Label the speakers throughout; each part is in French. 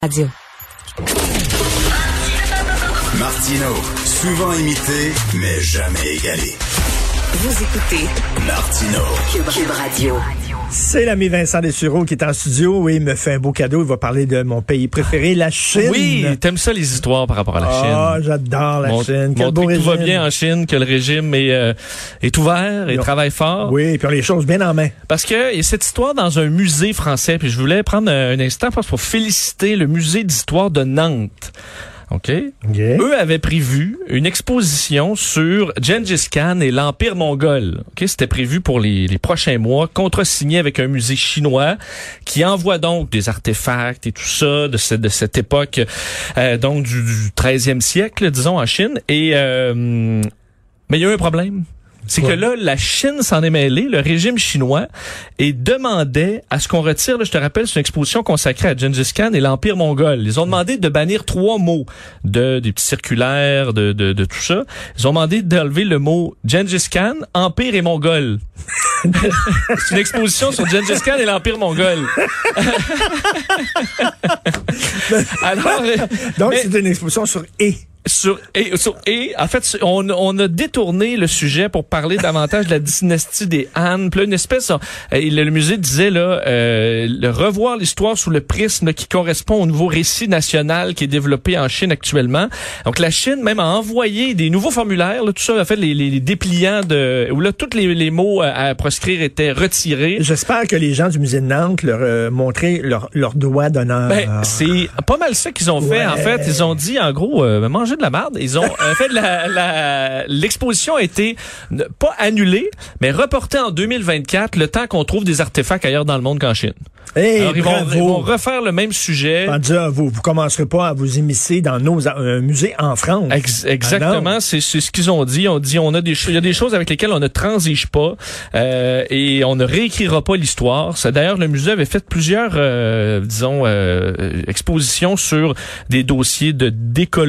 Speaker 1: Radio.
Speaker 2: Martino, souvent imité, mais jamais égalé.
Speaker 3: Vous écoutez
Speaker 2: Martino,
Speaker 3: Cube, Cube Radio.
Speaker 4: C'est l'ami Vincent Dessureau qui est en studio et il me fait un beau cadeau. Il va parler de mon pays préféré, la Chine.
Speaker 5: Oui, t'aimes ça les histoires par rapport à la
Speaker 4: Ah,
Speaker 5: Chine.
Speaker 4: j'adore la
Speaker 5: Mont-
Speaker 4: Chine. Quel
Speaker 5: montrer
Speaker 4: beau
Speaker 5: que tout
Speaker 4: régime.
Speaker 5: va bien en Chine, que le régime est, euh, est ouvert et
Speaker 4: Non.
Speaker 5: travaille fort.
Speaker 4: Oui, et puis on a les choses bien en main.
Speaker 5: Parce que il y a cette histoire dans un musée français, puis je voulais prendre un, un instant je pense, pour féliciter le musée d'histoire de Nantes. OK? Eux avaient prévu une exposition sur Gengis Khan et l'Empire mongol. Ok, C'était prévu pour les, les prochains mois, contresigné avec un musée chinois qui envoie donc des artefacts et tout ça de cette, de cette époque, euh, donc du, du 13e siècle, disons, en Chine. Et euh, mais il y a eu un problème. C'est
Speaker 4: Ouais.
Speaker 5: que là, la Chine s'en est mêlée, le régime chinois, et demandait à ce qu'on retire, là, je te rappelle, c'est une exposition consacrée à Gengis Khan et l'Empire mongol. Ils ont demandé de bannir trois mots de, des petits circulaires, de, de, de tout ça. Ils ont demandé d'enlever le mot Gengis Khan, Empire et mongol. c'est une exposition sur Gengis Khan et l'Empire mongol. Alors, euh,
Speaker 4: Donc,
Speaker 5: mais-
Speaker 4: c'est une exposition sur E.
Speaker 5: sur, et, sur- et, en fait, sur- on, on a détourné le sujet pour parler davantage de la dynastie des Han. Puis là, une espèce, euh, et le, le musée disait là, euh, le revoir l'histoire sous le prisme qui correspond au nouveau récit national qui est développé en Chine actuellement. Donc la Chine même a envoyé des nouveaux formulaires, là, tout ça a fait les, les- les dépliants de où là tous les, les mots à, à proscrire étaient retirés.
Speaker 4: J'espère que les gens du musée de Nantes leur euh, montraient leur, leur doigt d'honneur.
Speaker 5: Ben, c'est pas mal ça qu'ils ont fait.
Speaker 4: Ouais.
Speaker 5: En fait, ils ont dit, en gros, euh, mangez de la merde. Ils ont euh, fait de la- la- l'exposition a été ne- pas annulée, mais reportée en 2024, le temps qu'on trouve des artefacts ailleurs dans le monde qu'en Chine.
Speaker 4: Hey,
Speaker 5: Alors, ils vont,
Speaker 4: Eh, bravo.
Speaker 5: ils vont refaire le même sujet.
Speaker 4: En disant, vous vous commencerez pas à vous immiscer dans nos a- euh, musées en France.
Speaker 5: Ex-
Speaker 4: Ah non.
Speaker 5: exactement, c'est c'est ce qu'ils ont dit. On dit on a des cho- il y a des choses avec lesquelles on ne transige pas euh, et on ne réécrira pas l'histoire. Ça, D'ailleurs, le musée avait fait plusieurs, euh, disons, euh, expositions sur des dossiers de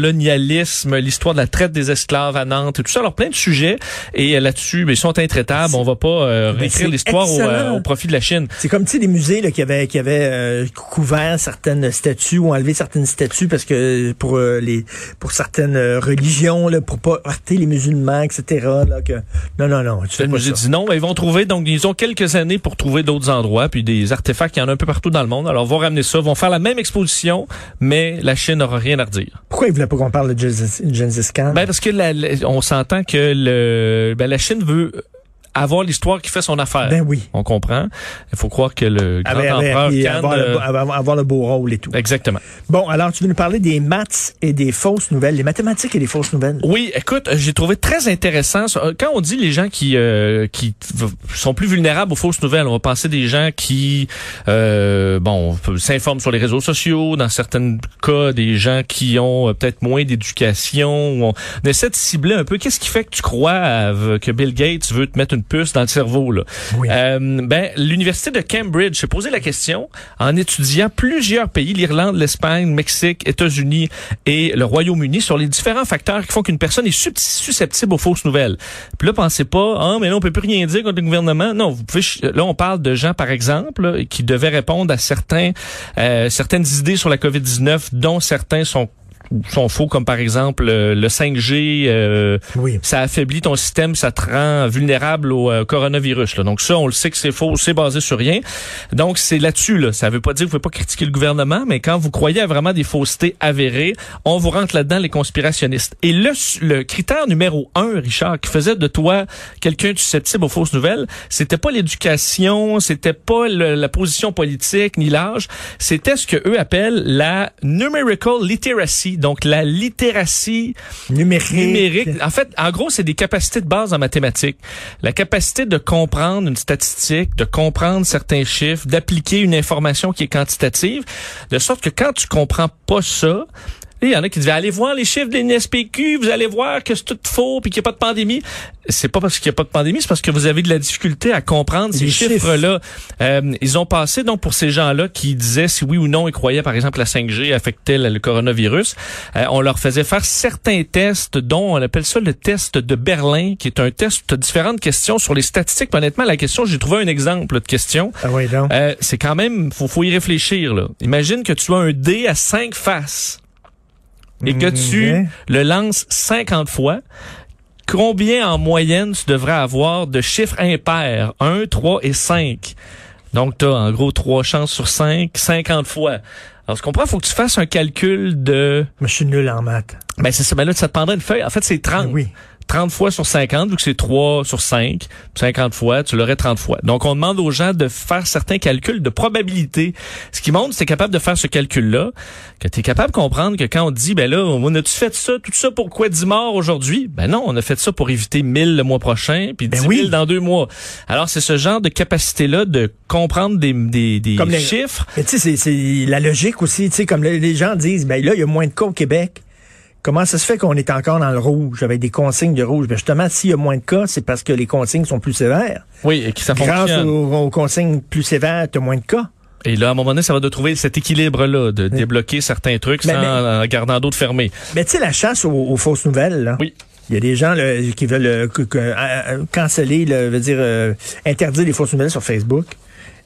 Speaker 5: décolonialisme, l'histoire de la traite des esclaves à Nantes, et tout ça. Alors plein de sujets et euh, là-dessus, mais ils sont intraitables. On va pas euh,
Speaker 4: Ben,
Speaker 5: réécrire
Speaker 4: c'est
Speaker 5: l'histoire au, euh,
Speaker 4: excellent.
Speaker 5: au profit de la Chine.
Speaker 4: C'est comme, tu sais, les musées là, qui avaient, qui avaient euh, couvert certaines statues ou enlevé certaines statues parce que pour euh, les pour certaines euh, religions, là, pour pas heurter les musulmans, etc. Là, que... Non, non, non, tu fais
Speaker 5: Le
Speaker 4: pas
Speaker 5: musée
Speaker 4: ça.
Speaker 5: dit non, mais ils vont trouver, donc ils ont quelques années pour trouver d'autres endroits, puis des artefacts, il y en a un peu partout dans le monde. Alors, ils vont ramener ça, ils vont faire la même exposition, mais la Chine n'aura rien à redire.
Speaker 4: Pourquoi ils voulaient pas qu'on parle de Gengis Gengis Khan?
Speaker 5: Ben, parce que la- la- on s'entend que le, ben, la Chine veut avoir l'histoire qui fait son affaire.
Speaker 4: Ben oui.
Speaker 5: On comprend. Il faut croire que le grand
Speaker 4: Avec- avec-
Speaker 5: empereur
Speaker 4: puis
Speaker 5: Khan,
Speaker 4: avoir, le,
Speaker 5: euh, ben,
Speaker 4: beau- avoir, avoir le beau rôle et tout.
Speaker 5: Exactement.
Speaker 4: Bon, alors tu veux nous parler des maths et des fausses nouvelles, les mathématiques et les fausses nouvelles.
Speaker 5: Oui, écoute, euh, j'ai trouvé très intéressant ça. Euh, quand on dit les gens qui euh, qui v- sont plus vulnérables aux fausses nouvelles, on va penser des gens qui euh, bon peut- s'informent sur les réseaux sociaux, dans certains cas des gens qui ont euh, peut-être moins d'éducation. ou On, on essaie de cibler un peu qu'est-ce qui fait que tu crois à- que Bill Gates veut te mettre une puce dans le cerveau là.
Speaker 4: Oui.
Speaker 5: Euh, ben, l'université de Cambridge s'est posé la question en étudiant plusieurs pays, l'Irlande, l'Espagne, Mexique, États-Unis et le Royaume-Uni sur les différents facteurs qui font qu'une personne est sub- susceptible aux fausses nouvelles. Puis là, pensez pas, ah, mais là, on peut plus rien dire contre le gouvernement. Non, vous pouvez, ch- là, on parle de gens, par exemple, là, qui devaient répondre à certains, euh, certaines idées sur la COVID-19, dont certains sont sont faux comme par exemple euh, le 5G euh,
Speaker 4: Oui.
Speaker 5: ça affaiblit ton système, ça te rend vulnérable au euh, coronavirus. là. Donc ça, on le sait que c'est faux, c'est basé sur rien. Donc c'est là-dessus. Là. Ça veut pas dire que vous pouvez pas critiquer le gouvernement, mais quand vous croyez à vraiment des faussetés avérées, on vous rentre là-dedans les conspirationnistes. Et le, su- le critère numéro un, Richard, qui faisait de toi quelqu'un de susceptible aux fausses nouvelles, c'était pas l'éducation, c'était pas le- la position politique ni l'âge, c'était ce que eux appellent la numerical literacy, donc la littératie
Speaker 4: Numérique.
Speaker 5: numérique. En fait, en gros, c'est des capacités de base en mathématiques. La capacité de comprendre une statistique, de comprendre certains chiffres, d'appliquer une information qui est quantitative, de sorte que quand tu comprends pas ça, Et il y en a qui disaient, allez voir les chiffres de l'NSPQ, vous allez voir que c'est tout faux puis qu'il n'y a pas de pandémie. C'est pas parce qu'il n'y a pas de pandémie, c'est parce que vous avez de la difficulté à comprendre ces
Speaker 4: Les chiffres.
Speaker 5: chiffres-là. Euh, ils ont passé, donc, pour ces gens-là qui disaient si oui ou non ils croyaient, par exemple, la 5G affectait le le coronavirus. Euh, on leur faisait faire certains tests, dont on appelle ça le test de Berlin, qui est un test de différentes questions sur les statistiques. Mais Honnêtement, la question, j'ai trouvé un exemple de question.
Speaker 4: Ah oui, donc.
Speaker 5: Euh, c'est quand même, faut, faut y réfléchir. Là. Imagine que tu as un dé à cinq faces et que tu
Speaker 4: Hmm, ouais.
Speaker 5: le lances 50 fois. Combien en moyenne tu devrais avoir de chiffres impairs? 1, 3 et 5. Donc, tu as en gros trois chances sur 5, 50 fois. Alors, tu comprends, faut que tu fasses un calcul de...
Speaker 4: Mais je suis nul en maths.
Speaker 5: Ben, c'est ça, ben là, ça te prendrait une feuille. En fait, c'est 30.
Speaker 4: Ben Oui.
Speaker 5: 30 fois sur 50, vu que c'est 3 sur 5, 50 fois, tu l'aurais 30 fois. Donc, on demande aux gens de faire certains calculs de probabilité. Ce qui montre, c'est capable de faire ce calcul-là, que tu es capable de comprendre que quand on te dit, ben là, on a-tu fait ça, tout ça, pourquoi 10 morts aujourd'hui? Ben non, on a fait ça pour éviter 1000 le mois prochain, puis
Speaker 4: Ben
Speaker 5: 10 000
Speaker 4: oui.
Speaker 5: dans deux mois. Alors, c'est ce genre de capacité-là de comprendre des, des, des
Speaker 4: Comme les-
Speaker 5: chiffres.
Speaker 4: Mais tu sais, c'est- c'est la logique aussi, tu sais, comme le- les gens disent, ben là, il y a moins de cas au Québec. Comment ça se fait qu'on est encore dans le rouge avec des consignes de rouge? Ben justement, s'il y a moins de cas, c'est parce que les consignes sont plus sévères.
Speaker 5: Oui, et qui ça
Speaker 4: Grâce
Speaker 5: fonctionne.
Speaker 4: aux, aux consignes plus sévères, tu as moins de cas.
Speaker 5: Et là, à un moment donné, ça va de trouver cet équilibre-là, de débloquer certains trucs
Speaker 4: Mais-
Speaker 5: sans
Speaker 4: mais-
Speaker 5: en gardant d'autres fermés.
Speaker 4: Mais tu sais, la chasse aux, aux fausses nouvelles, là.
Speaker 5: Oui.
Speaker 4: Il y a des gens là, qui veulent euh, que- que- euh, canceller, là, veut dire euh, interdire les fausses nouvelles sur Facebook.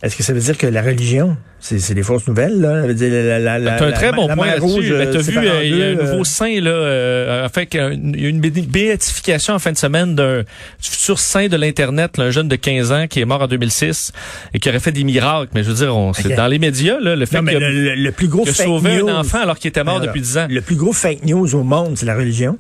Speaker 4: Est-ce que ça veut dire que la religion, c'est c'est des fausses nouvelles là Ça veut dire la, la, la,
Speaker 5: T'as un
Speaker 4: Euh, la-
Speaker 5: très bon
Speaker 4: la
Speaker 5: point
Speaker 4: mer
Speaker 5: là-dessus.
Speaker 4: rouge,
Speaker 5: Ben, T'as
Speaker 4: euh,
Speaker 5: vu,
Speaker 4: sépare en
Speaker 5: euh, il y a un
Speaker 4: deux,
Speaker 5: nouveau
Speaker 4: euh,
Speaker 5: saint, là, euh, en fait, qu'un- il y a une bé- béatification en fin de semaine d'un du futur saint de l'Internet, là, un jeune de 15 ans qui est mort en 2006 et qui aurait fait des miracles. Mais je veux dire, on, c'est
Speaker 4: Ok.
Speaker 5: dans les médias, là, le fait
Speaker 4: Non, mais
Speaker 5: qu'il a,
Speaker 4: le, le- le plus gros
Speaker 5: qu'il a
Speaker 4: fake
Speaker 5: sauvé
Speaker 4: news.
Speaker 5: un enfant alors qu'il était mort
Speaker 4: Alors,
Speaker 5: depuis 10 ans.
Speaker 4: Le plus gros fake news au monde, c'est la religion.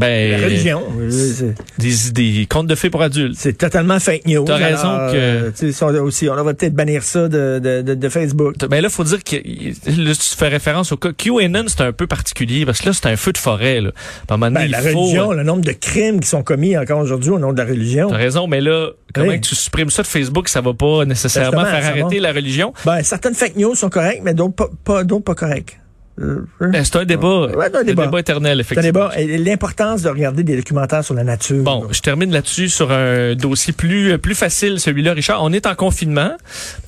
Speaker 5: Ben,
Speaker 4: La religion, euh, c'est-
Speaker 5: Des, des contes de fées pour adultes.
Speaker 4: c'est totalement fake news.
Speaker 5: T'as raison
Speaker 4: Alors,
Speaker 5: que-
Speaker 4: euh, tu sais, ça, on a aussi, on devrait peut-être bannir ça de, de, de, de Facebook.
Speaker 5: Ben là, faut dire que il- là, tu fais référence au cas. QAnon, c'est un peu particulier parce que là, c'est un feu de forêt. Là. À un moment donné,
Speaker 4: Ben, la
Speaker 5: il faut. hein.
Speaker 4: religion, le nombre de crimes qui sont commis encore aujourd'hui au nom de la religion.
Speaker 5: T'as raison, mais là, comment
Speaker 4: Oui.
Speaker 5: que tu supprimes ça de Facebook, ça va pas nécessairement
Speaker 4: Justement,
Speaker 5: faire
Speaker 4: ça va.
Speaker 5: arrêter la religion.
Speaker 4: Ben, certaines fake news sont correctes, mais d'autres pas, pas- d'autres pas correctes. Euh, euh,
Speaker 5: Ben, c'est un débat.
Speaker 4: Ouais, c'est un débat.
Speaker 5: éternel,
Speaker 4: c'est un
Speaker 5: effectivement.
Speaker 4: débat. Et L'importance de regarder des documentaires sur la nature.
Speaker 5: Bon, je termine là-dessus sur un dossier plus plus facile, celui-là, Richard. On est en confinement,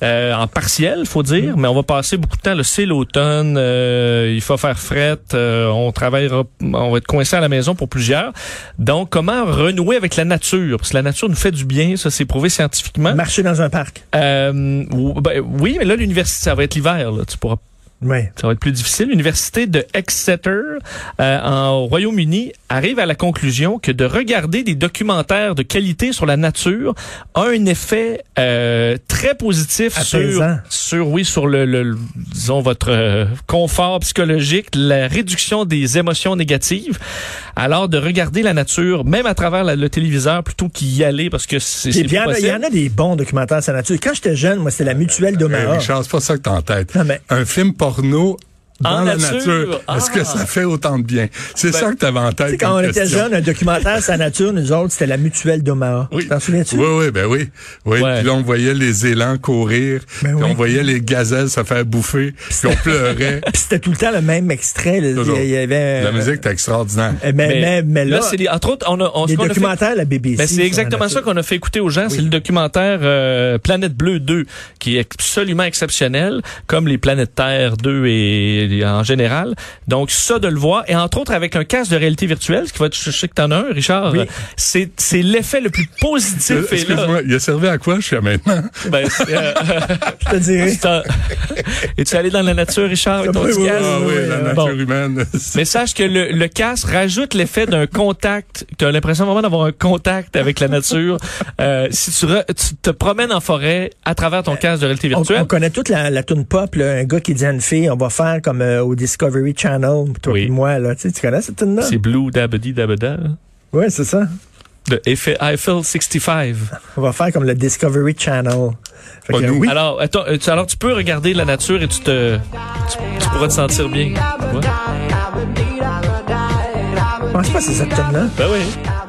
Speaker 5: euh, en partiel, faut dire,
Speaker 4: Mm.
Speaker 5: mais on va passer beaucoup de temps. Le c'est l'automne, euh, il faut faire fret, euh, on travaillera, on va être coincé à la maison pour plusieurs. Donc, comment renouer avec la nature Parce que la nature nous fait du bien, ça c'est prouvé scientifiquement.
Speaker 4: Marcher dans un parc.
Speaker 5: Euh, ou- ben, oui, mais là l'université, ça va être l'hiver, là. Tu pourras
Speaker 4: Ouais.
Speaker 5: Ça va être plus difficile. L'université de Exeter euh, en Royaume-Uni arrive à la conclusion que de regarder des documentaires de qualité sur la nature a un effet euh, très positif sur,
Speaker 4: Apaisant.
Speaker 5: sur oui sur le, le- le- disons votre euh, confort psychologique, la réduction des émotions négatives. Alors de regarder la nature même à travers la- le téléviseur plutôt qu'y aller parce que c'est
Speaker 4: Puis
Speaker 5: c'est
Speaker 4: Il y, en
Speaker 5: plus
Speaker 4: a- il y en
Speaker 5: possible.
Speaker 4: a des bons documentaires sur la nature. Quand j'étais jeune, moi, c'était la mutuelle
Speaker 1: Hey,
Speaker 4: d'Omaha.
Speaker 1: Euh, Ben Richard, c'est pas ça que t'as en tête.
Speaker 4: Ah. Non, mais-
Speaker 1: Un film porno dans
Speaker 5: En
Speaker 1: la
Speaker 5: nature.
Speaker 1: nature. Est-ce
Speaker 5: Ah.
Speaker 1: que ça fait autant de bien? C'est
Speaker 5: Ben,
Speaker 1: ça que t'avais en tête.
Speaker 4: Tu sais, quand
Speaker 1: comme
Speaker 4: on était
Speaker 1: question.
Speaker 4: jeune, un documentaire sur la nature, nous autres, c'était la mutuelle d'Omaha.
Speaker 1: Oui.
Speaker 4: T'en souviens-tu?
Speaker 1: Oui, oui, ben oui. oui.
Speaker 5: Ouais.
Speaker 1: Puis là, on voyait les élans courir.
Speaker 4: Ben
Speaker 1: puis
Speaker 4: oui.
Speaker 1: on voyait les gazelles se faire bouffer. Puis on pleurait.
Speaker 4: Puis c'était tout le temps le même extrait. là.
Speaker 1: Toujours.
Speaker 4: Il y avait...
Speaker 1: La
Speaker 4: euh,
Speaker 1: musique était extraordinaire.
Speaker 4: Mais, mais, mais là,
Speaker 5: c'est les- entre autres, on a, on, ce
Speaker 4: les
Speaker 5: qu'on a fait-
Speaker 4: documentaires, la BBC.
Speaker 5: Ben,
Speaker 4: sur
Speaker 5: c'est
Speaker 4: la
Speaker 5: exactement ça
Speaker 4: nature.
Speaker 5: qu'on a fait écouter aux gens. C'est le documentaire euh, Planète Bleue 2, qui est absolument exceptionnel, comme les Planètes Terre 2 et, et en général. Donc, ça de le voir, et entre autres avec un casque de réalité virtuelle, ce qui va être, je sais que t'en as un, Richard,
Speaker 4: Oui.
Speaker 5: c'est, c'est l'effet le plus positif. et là,
Speaker 1: Euh, Excuse-moi, il a servi à quoi jusqu'à maintenant?
Speaker 5: ben, c'est, euh,
Speaker 4: Je te dirais.
Speaker 5: c'est un- Es-tu allé dans la nature, Richard, avec ton
Speaker 4: Oui,
Speaker 5: petit
Speaker 4: oui, euh,
Speaker 5: casque?
Speaker 1: Ah oui, la nature
Speaker 5: Bon.
Speaker 1: humaine.
Speaker 5: Mais sache que le, le casque rajoute l'effet d'un contact. Tu as l'impression vraiment d'avoir un contact avec la nature. Euh, si tu, re- tu te promènes en forêt à travers ton casque de réalité
Speaker 4: On,
Speaker 5: virtuelle.
Speaker 4: on connaît toute la, la toune pop, là, un gars qui dit à une fille, on va faire comme euh, au Discovery Channel, puis toi
Speaker 5: Oui.
Speaker 4: et moi, là. Tu, sais, tu connais cette toune-là?
Speaker 5: C'est Blue Dabadi Dabada là,
Speaker 4: Oui, c'est ça.
Speaker 5: de Eiffel Eiffel 65.
Speaker 4: On va faire comme le Discovery Channel. Fait
Speaker 1: Pas
Speaker 4: que,
Speaker 1: nous.
Speaker 4: oui.
Speaker 5: Alors, attends, euh, tu, alors tu peux regarder la nature et tu te tu, tu pourras te sentir bien. Tu vois?
Speaker 4: Je pense pas que c'est cette toune-là.
Speaker 5: Ben oui.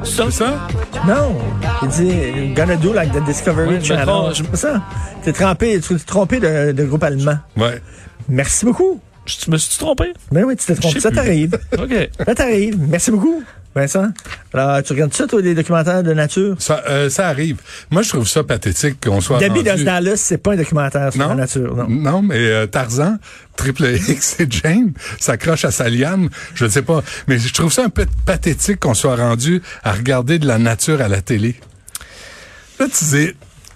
Speaker 5: C'est ça?
Speaker 4: Non. Il dit, gonna do like the Discovery
Speaker 5: Oui, je me
Speaker 4: Channel.
Speaker 5: trompe, je-
Speaker 4: C'est pas ça. T'es trompé, tu t'es trompé de, de groupe allemand.
Speaker 1: Ouais.
Speaker 4: Merci beaucoup.
Speaker 5: Je me suis trompé?
Speaker 4: Ben oui, tu t'es trompé.
Speaker 5: Je sais
Speaker 4: Ça
Speaker 5: plus.
Speaker 4: t'arrive.
Speaker 5: OK.
Speaker 4: Ça t'arrive. Merci beaucoup, Vincent. Alors, tu regardes ça, toi, les documentaires de nature?
Speaker 1: Ça, euh, ça arrive. Moi, je trouve ça pathétique qu'on soit
Speaker 4: D'habitude, dans
Speaker 1: rendu-
Speaker 4: ce temps-là, c'est pas un documentaire sur la
Speaker 1: Ah, non?
Speaker 4: nature, non.
Speaker 1: mais euh, Tarzan, Triple X et Jane s'accrochent à sa liane. Je ne sais pas. Mais je trouve ça un peu pathétique qu'on soit rendu à regarder de la nature à la télé. Là, tu dis,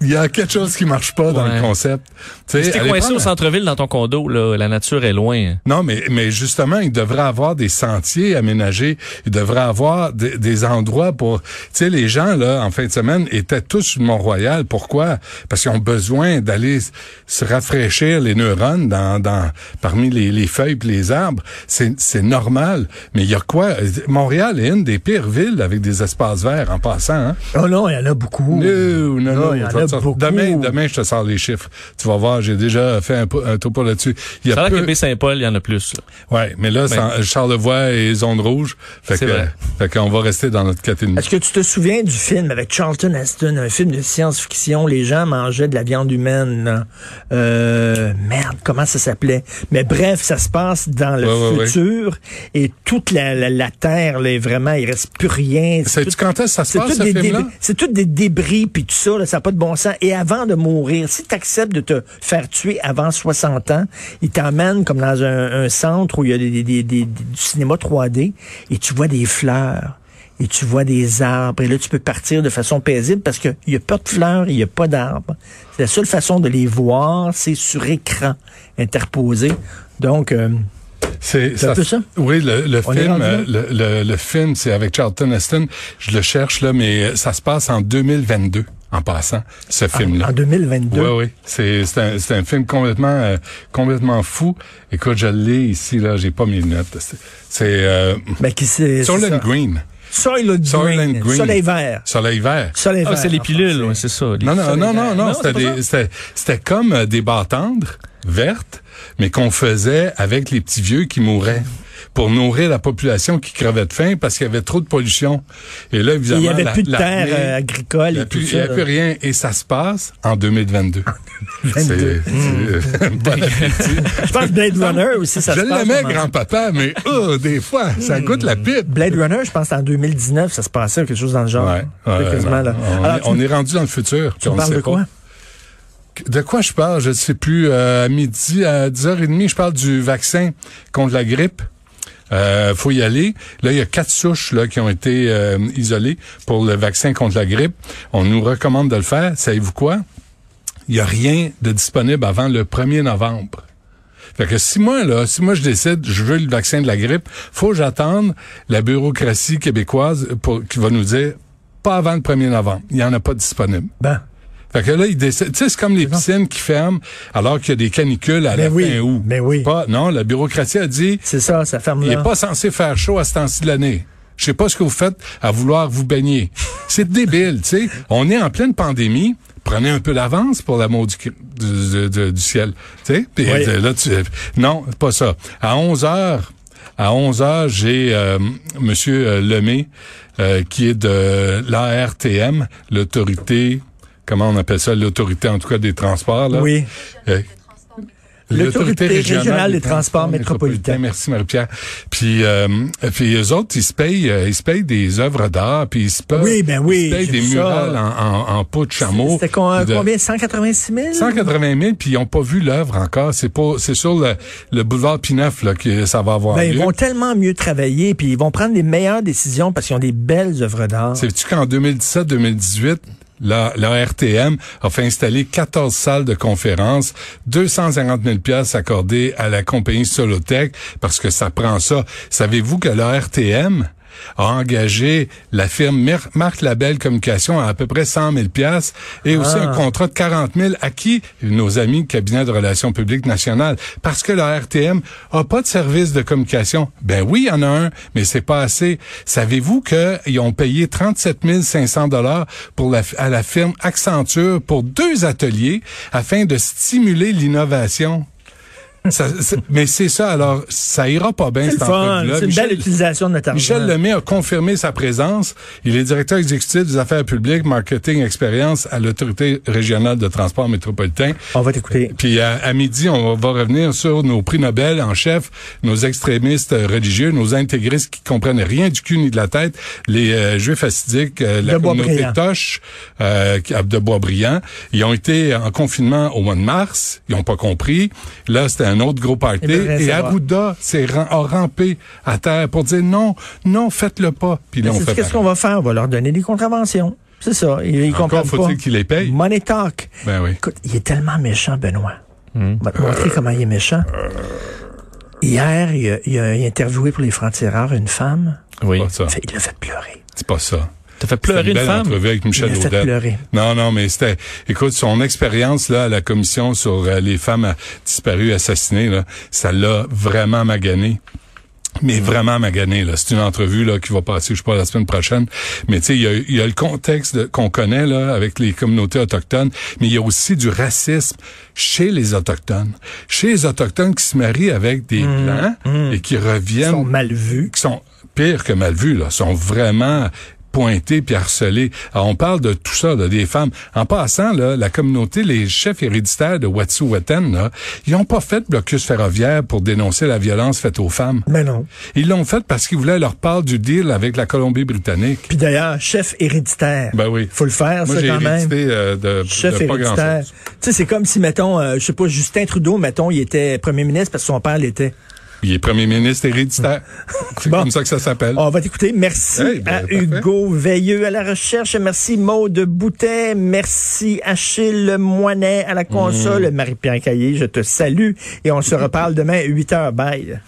Speaker 1: il y a quelque chose qui marche pas dans
Speaker 5: Ouais.
Speaker 1: le concept. Tu sais,
Speaker 5: Si t'es
Speaker 1: allez
Speaker 5: coincé
Speaker 1: prendre
Speaker 5: au
Speaker 1: un-
Speaker 5: centre-ville dans ton condo, là, la nature est loin.
Speaker 1: Non, mais, mais justement, il devrait avoir des sentiers aménagés. Il devrait avoir des, des endroits pour... Tu sais, les gens, là, en fin de semaine, étaient tous sur le Mont-Royal. Pourquoi? Parce qu'ils ont besoin d'aller s- se rafraîchir les neurones dans, dans parmi les, les feuilles et les arbres. C'est c'est normal. Mais il y a quoi? Montréal est une des pires villes avec des espaces verts en passant. Hein?
Speaker 4: Oh non, il y en a beaucoup.
Speaker 1: Non, non, non.
Speaker 4: Oh, il y en
Speaker 1: je vais
Speaker 4: a
Speaker 1: te sortir-
Speaker 4: beaucoup.
Speaker 1: demain, demain, je te sors les chiffres. Tu vas voir, j'ai déjà fait un, po- un topo là-dessus. Il y
Speaker 5: Ça a
Speaker 1: a
Speaker 5: l'air
Speaker 1: peu-
Speaker 5: que Saint-Paul, il y en a plus. là.
Speaker 1: Ouais, mais là, sans- Charlevoix et Zone Rouge, fait
Speaker 5: Ben, C'est
Speaker 1: que,
Speaker 5: vrai.
Speaker 1: fait qu'on va rester dans notre catégorie.
Speaker 4: Est-ce que tu te souviens du film avec Charlton Heston, un film de science-fiction, les gens mangeaient de la viande humaine? Euh, merde, comment ça s'appelait? Mais bref, ça se passe dans le
Speaker 1: Ouais, ouais,
Speaker 4: futur et toute la, la, la Terre, là, est vraiment, il reste plus rien. C'est
Speaker 1: Sais-tu
Speaker 4: tout-
Speaker 1: quand est-ce que ça se
Speaker 4: c'est
Speaker 1: passe,
Speaker 4: tout
Speaker 1: ce
Speaker 4: des
Speaker 1: film-là?
Speaker 4: débris- c'est tout des débris puis tout ça, là, ça n'a pas de bon sens. Et avant de mourir, si tu acceptes de te faire tuer avant 60 ans, ils t'emmènent comme dans un, un centre où il y a des, des- des- des- du cinéma 3D et tu vois des fleurs et tu vois des arbres et là tu peux partir de façon paisible parce qu'il n'y a pas de fleurs, il n'y a pas d'arbres. C'est la seule façon de les voir, c'est sur écran interposé. Donc euh,
Speaker 1: C'est
Speaker 4: un peu ça?
Speaker 1: Oui, le, le
Speaker 4: On est
Speaker 1: film,
Speaker 4: rendu là?
Speaker 1: euh, le, le- le film, c'est avec Charlton Heston. Je le cherche là, mais euh, ça se passe en 2022, en passant ce film-là.
Speaker 4: Ah, en 2022,
Speaker 1: Oui, oui. C'est, c'est, un, c'est un film complètement, euh, complètement fou. Écoute, je l'ai ici là. J'ai pas mes notes. C'est, c'est euh,
Speaker 4: ben, qui c'est c'est
Speaker 1: Soylent
Speaker 4: ça.
Speaker 1: Green.
Speaker 4: Soylent
Speaker 1: Soylent
Speaker 4: Green,
Speaker 1: Green.
Speaker 4: Soleil vert.
Speaker 1: Soleil vert.
Speaker 4: Soleil
Speaker 5: Ah,
Speaker 4: vert,
Speaker 5: c'est les
Speaker 4: en
Speaker 5: pilules,
Speaker 4: français.
Speaker 5: ouais, c'est ça. les-
Speaker 1: Non, non,
Speaker 5: ça,
Speaker 1: non,
Speaker 5: les-
Speaker 1: non, non, c'était
Speaker 5: c'est pas
Speaker 1: des- c'était- c'était comme euh, des bâtendres vertes, mais qu'on faisait avec les petits vieux qui mouraient pour nourrir la population qui crevait de faim parce qu'il y avait trop de pollution. Et là,
Speaker 4: Et
Speaker 1: évidemment,
Speaker 4: Il n'y avait
Speaker 1: la-
Speaker 4: plus de
Speaker 1: la-
Speaker 4: terre euh,
Speaker 1: il
Speaker 4: agricole
Speaker 1: n'y
Speaker 4: et
Speaker 1: a
Speaker 4: tout
Speaker 1: plus, il y
Speaker 4: ça.
Speaker 1: a plus
Speaker 4: là.
Speaker 1: rien et ça se passe en 2022. C'est- c'est- bon appétit.
Speaker 4: Je pense que Blade Runner aussi, Hmm. ça
Speaker 1: Je
Speaker 4: se passe. Hmm.
Speaker 1: l'aimais,
Speaker 4: comment-
Speaker 1: grand-papa, mais oh, des fois, ça goûte la pipe.
Speaker 4: Blade Runner, je pense, en 2019, ça se passait, quelque chose dans le genre.
Speaker 1: Ouais, ouais,
Speaker 4: Quasiment,
Speaker 1: non.
Speaker 4: là.
Speaker 1: On,
Speaker 4: Alors,
Speaker 1: est,
Speaker 4: tu,
Speaker 1: on est rendu dans le futur.
Speaker 4: tu
Speaker 1: puis on
Speaker 4: parles
Speaker 1: sait
Speaker 4: de
Speaker 1: pas.
Speaker 4: quoi?
Speaker 1: De quoi je parle? Je ne sais plus. Euh, à midi, à 10h30, je parle du vaccin contre la grippe. Euh, faut y aller. Là, il y a quatre souches là, qui ont été euh, isolées pour le vaccin contre la grippe. On nous recommande de le faire. Savez-vous quoi? Il n'y a rien de disponible avant le 1er novembre. Fait que si moi, là, si moi je décide, je veux le vaccin de la grippe, faut que j'attende la bureaucratie québécoise pour, qui va nous dire pas avant le 1er novembre. Il n'y en a pas disponible.
Speaker 4: Ben,
Speaker 1: Fait que là, ils décident. Tu sais, c'est comme les piscines qui ferment alors qu'il y a des canicules à
Speaker 4: Mais
Speaker 1: la
Speaker 4: Ben oui,
Speaker 1: fin août.
Speaker 4: mais oui.
Speaker 1: Pas, non, la bureaucratie a dit,
Speaker 4: c'est ça, ça ferme
Speaker 1: il
Speaker 4: là.
Speaker 1: est pas censé faire chaud à ce temps-ci de l'année. Je sais pas ce que vous faites à vouloir vous baigner. C'est débile, tu sais. On est en pleine pandémie. Prenez un peu d'avance pour l'amour du, cri- du, du- du ciel. Tu sais? Puis,
Speaker 4: Oui.
Speaker 1: euh, là, tu- euh, non, pas ça. À 11 heures, à 11 heures, j'ai euh, Monsieur euh, Lemay, euh, qui est de l'ARTM, l'autorité, comment on appelle ça, l'autorité en tout cas des transports. Là.
Speaker 4: Oui.
Speaker 1: Euh,
Speaker 4: L'autorité régionale des transports métropolitains.
Speaker 1: Merci Marie-Pierre. Puis, euh, puis les autres, ils se payent, euh, ils se payent des œuvres d'art, puis ils se payent,
Speaker 4: Oui, ben oui,
Speaker 1: ils se payent
Speaker 4: j'ai
Speaker 1: des
Speaker 4: vu ça.
Speaker 1: murales en, en, en peau de chameau.
Speaker 4: C'était con-
Speaker 1: puis de-
Speaker 4: combien? 186 000?
Speaker 1: 180 000, puis ils n'ont pas vu l'œuvre encore. C'est pas, c'est sur le, le boulevard Pineuf là, que ça va avoir
Speaker 4: Ben, ils
Speaker 1: lieu.
Speaker 4: vont tellement mieux travailler, puis ils vont prendre les meilleures décisions parce qu'ils ont des belles œuvres d'art.
Speaker 1: Sais-tu qu'en 2017-2018, la, la RTM a fait installer 14 salles de conférences, 250 000 pièces accordées à la compagnie Solotech parce que ça prend ça. Savez-vous que la RTM a engagé la firme Mer- Marc Labelle Communication à à peu près 100 000 pièces et aussi un contrat de 40 000 acquis nos amis du cabinet de relations publiques nationales parce que la RTM a pas de service de communication. Ben oui, il y en a un, mais c'est pas assez. Savez-vous qu'ils ont payé 37 500 dollars pour la, à la firme Accenture pour deux ateliers afin de stimuler l'innovation. Ça- c'est- mais c'est ça, alors, ça ira pas bien,
Speaker 4: C'est le
Speaker 1: cette
Speaker 4: fun.
Speaker 1: entrevue-là.
Speaker 4: C'est une
Speaker 1: Michel-
Speaker 4: belle utilisation de notre argent.
Speaker 1: Michel Lemay a confirmé sa présence. Il est directeur exécutif des affaires publiques, marketing, expérience à l'autorité régionale de transport métropolitain.
Speaker 4: On va t'écouter.
Speaker 1: Puis à, à midi, on va revenir sur nos prix Nobel en chef, nos extrémistes religieux, nos intégristes qui comprennent rien du cul ni de la tête, les euh, juifs assidiques, euh, la
Speaker 4: De
Speaker 1: communauté
Speaker 4: Boisbriand.
Speaker 1: Toche euh, qui- de Boisbriand. Ils ont été en confinement au mois de mars. Ils ont pas compris. Là, c'était un autre gros party.
Speaker 4: Ils veulent rien
Speaker 1: Et
Speaker 4: savoir.
Speaker 1: Arruda s'est ram- a rampé à terre pour dire non, non, faites-le pas. Puis là, on fait
Speaker 4: C'est qu'est-ce
Speaker 1: pareil.
Speaker 4: qu'on va faire? On va leur donner des contraventions. C'est ça. Ils, ils
Speaker 1: Encore
Speaker 4: comprennent
Speaker 1: faut-il
Speaker 4: pas.
Speaker 1: qu'ils les payent.
Speaker 4: Money talk.
Speaker 1: Ben oui.
Speaker 4: Écoute, il est tellement méchant, Benoît. On va te montrer comment il est méchant. Hier, il a, il a interviewé pour les francs-tireurs une femme.
Speaker 5: Oui.
Speaker 1: Pas ça.
Speaker 4: Fait- Il l'a fait pleurer.
Speaker 1: C'est pas ça.
Speaker 5: T'as fait
Speaker 1: C'était
Speaker 5: pleurer une
Speaker 1: belle
Speaker 5: femme.
Speaker 1: entrevue avec Michel
Speaker 4: Il a fait
Speaker 1: Audet.
Speaker 4: pleurer.
Speaker 1: Non, non, mais c'était, écoute, son expérience là à la commission sur euh, les femmes euh, disparues, assassinées, là, ça l'a vraiment magané. Mais vraiment magané, là. C'est une entrevue, là, qui va passer, je sais pas, la semaine prochaine. Mais tu sais, il y a, il y a le contexte de- qu'on connaît, là, avec les communautés autochtones. Mais il y a aussi du racisme chez les Autochtones. Chez les Autochtones qui se marient avec des Blancs et qui
Speaker 4: Mmh. Ils
Speaker 1: reviennent
Speaker 4: sont mal vus.
Speaker 1: qui sont pires que mal vus, là, sont vraiment pointés puis harcelés. Alors, on parle de tout ça, là, des femmes. En passant, là, la communauté, les chefs héréditaires de Wet'suwet'en, là, ils n'ont pas fait de blocus ferroviaire pour dénoncer la violence faite aux femmes.
Speaker 4: Mais non.
Speaker 1: Ils l'ont fait parce qu'ils voulaient leur part du deal avec la Colombie-Britannique.
Speaker 4: Puis d'ailleurs, chef héréditaire.
Speaker 1: Ben oui.
Speaker 4: Faut le faire,
Speaker 1: Moi,
Speaker 4: ça,
Speaker 1: j'ai
Speaker 4: Ah, quand même.
Speaker 1: hérité euh, de,
Speaker 4: Chef
Speaker 1: de pas
Speaker 4: héréditaire.
Speaker 1: grand-chose.
Speaker 4: Tu sais, c'est comme si, mettons, euh, je sais pas, Justin Trudeau, mettons, il était premier ministre parce que son père l'était.
Speaker 1: Il est premier ministre héréditaire. C'est
Speaker 4: Bon.
Speaker 1: comme ça que ça s'appelle.
Speaker 4: Ah, On va t'écouter. Merci
Speaker 1: Hey, ben,
Speaker 4: à
Speaker 1: parfait.
Speaker 4: Hugo Veilleux à la recherche. Merci Maude Boutet. Merci Achille
Speaker 1: Mm.
Speaker 4: Moinet à la console. Marie-Pierre Caillé, je te salue. Et on se reparle demain à 8 h. Bye.